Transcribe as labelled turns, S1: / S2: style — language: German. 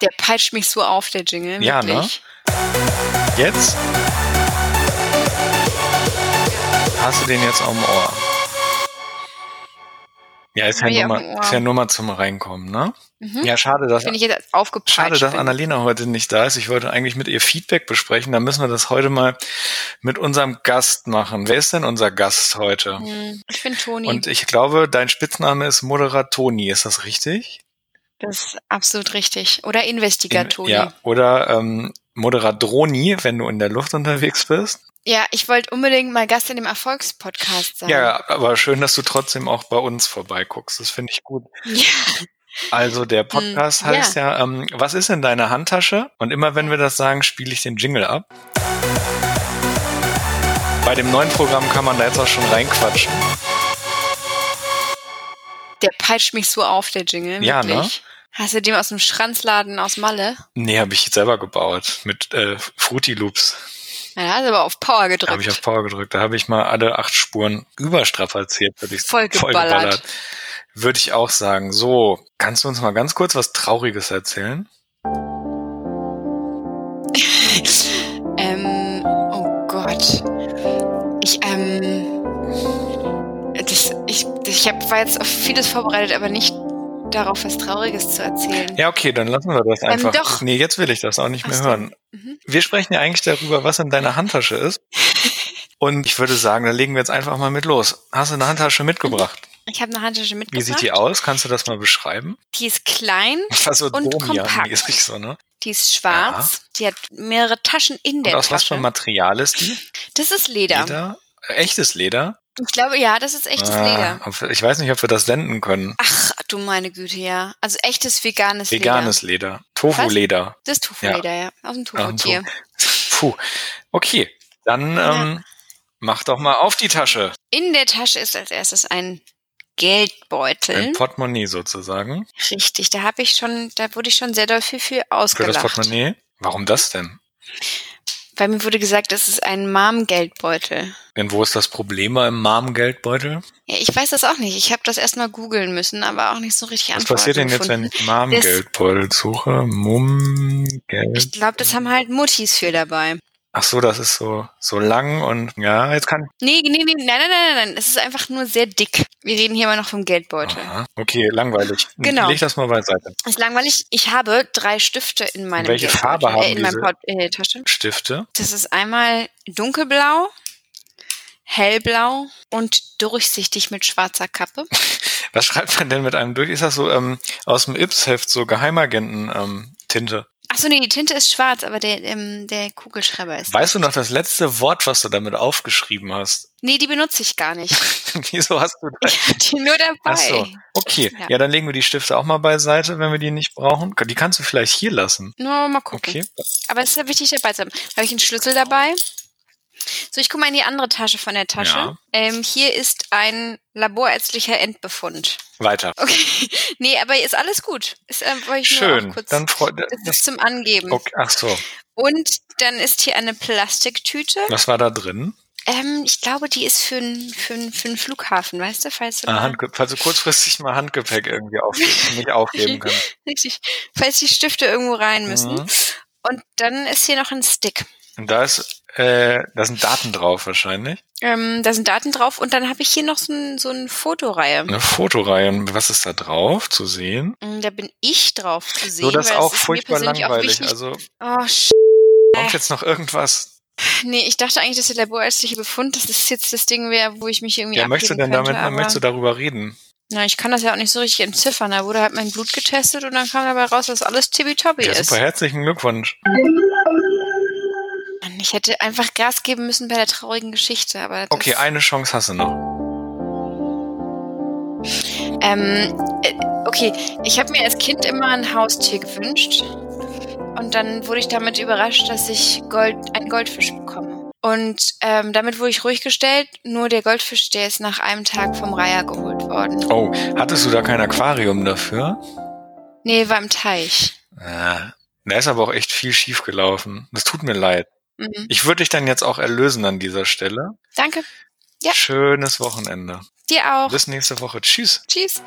S1: Der peitscht mich so auf, der Jingle.
S2: Ja, ne?
S1: wirklich.
S2: Jetzt? Hast du den jetzt am Ohr? Ja, ist ja,
S1: Hab ich
S2: nur
S1: auf dem
S2: mal,
S1: Ohr.
S2: ist ja nur mal zum Reinkommen, ne?
S1: Mhm.
S2: Ja, schade, dass,
S1: Bin ich jetzt aufgepeitscht
S2: schade, dass
S1: bin.
S2: Annalena heute nicht da ist. Ich wollte eigentlich mit ihr Feedback besprechen. Da müssen wir das heute mal mit unserem Gast machen. Wer ist denn unser Gast heute?
S1: Hm, Ich bin Toni.
S2: Und ich glaube, dein Spitzname ist Moderatoni. Ist das richtig?
S1: das ist absolut richtig. Oder
S2: In-
S1: Investigatoni.
S2: Ja, oder ähm, Moderadroni, wenn du in der Luft unterwegs bist.
S1: Ja, ich wollte unbedingt mal Gast in dem Erfolgspodcast sein.
S2: Ja, aber schön, dass du trotzdem auch bei uns vorbeiguckst. Das finde ich gut.
S1: Ja. Hm,
S2: Also der Podcast
S1: ja.
S2: heißt ja, ähm, was ist in deiner Handtasche? Und immer wenn wir das sagen, spiele ich den Jingle ab. Bei dem neuen Programm kann man da jetzt auch schon reinquatschen.
S1: Der peitscht mich so auf, der Jingle.
S2: Ja, ne?
S1: wirklich. Hast du den aus dem Schranzladen aus Malle?
S2: Nee, habe ich selber gebaut mit äh, Fruity Loops.
S1: Na, da hast du aber auf Power
S2: Da habe ich auf
S1: gedrückt.
S2: Power gedrückt. Da habe ich mal alle acht Spuren überstrapaziert, würde ich
S1: Vollgeballert.
S2: Würde ich auch sagen. So, kannst du uns mal ganz kurz was Trauriges erzählen?
S1: ähm, oh Gott. Ich, ähm, das, ich, ich hab, war jetzt auf vieles vorbereitet, aber nicht darauf, was Trauriges zu erzählen.
S2: Ja, okay, dann lassen wir das einfach.
S1: doch.
S2: Nee, jetzt will ich das auch nicht
S1: Ach
S2: mehr
S1: so.
S2: hören.
S1: Mhm.
S2: Wir sprechen ja eigentlich darüber, was in deiner Handtasche ist. Und ich würde sagen, da legen wir jetzt einfach mal mit los. Hast du eine Handtasche mitgebracht?
S1: Ich habe eine Handtasche
S2: Wie
S1: mitgebracht.
S2: sieht die aus? Kannst du das mal beschreiben?
S1: Die ist klein,
S2: Also
S1: Und kompakt.
S2: mäßig so, ne?
S1: die ist schwarz, die hat mehrere Taschen in
S2: Und
S1: der
S2: aus was
S1: Tasche.
S2: für einem Material ist die?
S1: das ist Leder.
S2: Leder? Echtes Leder?
S1: Ich glaube, ja, das ist echtes
S2: Ah,
S1: Leder.
S2: ob- Ich weiß nicht, ob wir das senden können.
S1: Ach, du meine Güte, ja. Also echtes veganes Leder.
S2: Veganes Leder. Tofu-Leder.
S1: Das ist Tofu-Leder, ja. Aus dem
S2: Aus dem
S1: Tofu-Tier.
S2: Puh. Okay, dann ähm, mach doch mal auf die Tasche.
S1: In der Tasche ist als erstes ein Geldbeutel.
S2: Ein Portemonnaie sozusagen.
S1: Richtig, da habe ich schon, da wurde ich schon sehr doll viel, viel
S2: Für das
S1: ausgelacht.
S2: Portemonnaie. Warum das denn?
S1: Bei mir wurde gesagt, das ist ein Mom-Geldbeutel.
S2: Denn wo ist das Problem im Mom-Geldbeutel?
S1: Ja, ich weiß das auch nicht. Ich habe das erstmal googeln müssen, aber auch nicht so richtig
S2: Was passiert denn
S1: Antworten
S2: jetzt, wenn
S1: gefunden.
S2: ich Mom-Geldbeutel suche? Mum-Geld.
S1: Ich glaube, das haben halt Muttis für dabei.
S2: Ach so, das ist so, so lang und ja, jetzt kann.
S1: Nee, nee, nee, nein, nein, nein, nein, nein. Es ist einfach nur sehr dick. Wir reden hier immer noch vom Geldbeutel.
S2: Aha. Okay, langweilig.
S1: Genau.
S2: Leg das mal beiseite.
S1: Ist langweilig. Ich habe drei Stifte in meinem
S2: Welche
S1: Geldbeutel,
S2: Farbe haben
S1: äh, in, meinem
S2: diese?
S1: Port in der Tasche.
S2: Stifte.
S1: Das ist einmal dunkelblau, hellblau und durchsichtig mit schwarzer Kappe.
S2: Was schreibt man denn mit einem durch? Ist das so ähm, aus dem Ips-Heft so ähm, Geheimagenten-Tinte?
S1: Achso, nee, die Tinte ist schwarz, aber der, ähm, der Kugelschreiber ist.
S2: weißt du noch das letzte Wort, was du damit aufgeschrieben hast?
S1: Nee, die benutze ich gar nicht.
S2: Wieso hast du das?
S1: Ich hab die nur dabei.
S2: Ach so. Okay, ja.
S1: Ja.
S2: dann legen wir die Stifte auch mal beiseite, wenn wir die nicht brauchen. Die kannst du vielleicht hier lassen.
S1: Nur mal gucken.
S2: Okay.
S1: Aber es ist ja wichtig, dabei zu haben. Da habe ich einen Schlüssel dabei. So, ich gucke mal in die andere Tasche von der Tasche.
S2: Ja.
S1: Ähm, hier ist ein laborärztlicher Endbefund.
S2: Weiter.
S1: Okay. Nee, aber ist alles gut. Ist, ähm, wollte ich Nur
S2: Schön.
S1: auch kurz,
S2: Dann freut
S1: das ist zum Angeben.
S2: okay. Ach so.
S1: Und dann ist hier eine Plastiktüte.
S2: Was war da drin?
S1: Ähm, ich glaube, die ist für einen für n- für n Flughafen, weißt du? Falls du
S2: Ah,
S1: mal-
S2: Handge falls du kurzfristig mal Handgepäck irgendwie auf nicht aufgeben kannst.
S1: Richtig. Falls die Stifte irgendwo rein müssen.
S2: Mhm.
S1: Und dann ist hier noch ein Stick.
S2: Und da ist, äh, da sind Daten drauf wahrscheinlich.
S1: Ähm, da sind Daten drauf und dann habe ich hier noch so, ein, so eine Fotoreihe.
S2: Eine Fotoreihe. Und ne? was ist da drauf zu sehen?
S1: Mm, Da bin ich drauf zu sehen.
S2: so, das ist
S1: weil
S2: auch
S1: mir
S2: furchtbar
S1: persönlich auch
S2: langweilig.
S1: wichtig-
S2: also
S1: oh, sch
S2: kommt jetzt noch irgendwas.
S1: nee, ich dachte eigentlich, dass der laborärztliche Befund, das ist jetzt das Ding wäre, wo ich mich irgendwie
S2: Ja,
S1: abgeben
S2: möchtest du denn
S1: könnte,
S2: damit, ne,
S1: aber,
S2: möchtest du darüber reden?
S1: Na, ich kann das ja auch nicht so richtig entziffern. Da wurde halt mein Blut getestet und dann kam dabei raus, dass alles tippitoppi
S2: Ja,
S1: ist.
S2: super, herzlichen Glückwunsch.
S1: Mann, ich hätte einfach Gas geben müssen bei der traurigen Geschichte, aber das,
S2: Okay, eine Chance hast du noch.
S1: ähm, äh, okay, ich habe mir als Kind immer ein Haustier gewünscht und dann wurde ich damit überrascht, dass ich Gold, einen Goldfisch bekomme. Und ähm, damit wurde ich ruhig gestellt, nur der Goldfisch, der ist nach einem Tag vom Reiher geholt worden.
S2: Oh, hattest du da kein Aquarium dafür?
S1: Nee, war im Teich.
S2: Ah, da ist aber auch echt viel schief gelaufen. Das tut mir leid.
S1: Mhm.
S2: Ich würde dich dann jetzt auch erlösen an dieser Stelle.
S1: Danke, Ja.
S2: Schönes Wochenende.
S1: dir auch.
S2: Bis nächste Woche. Tschüss.
S1: Tschüss.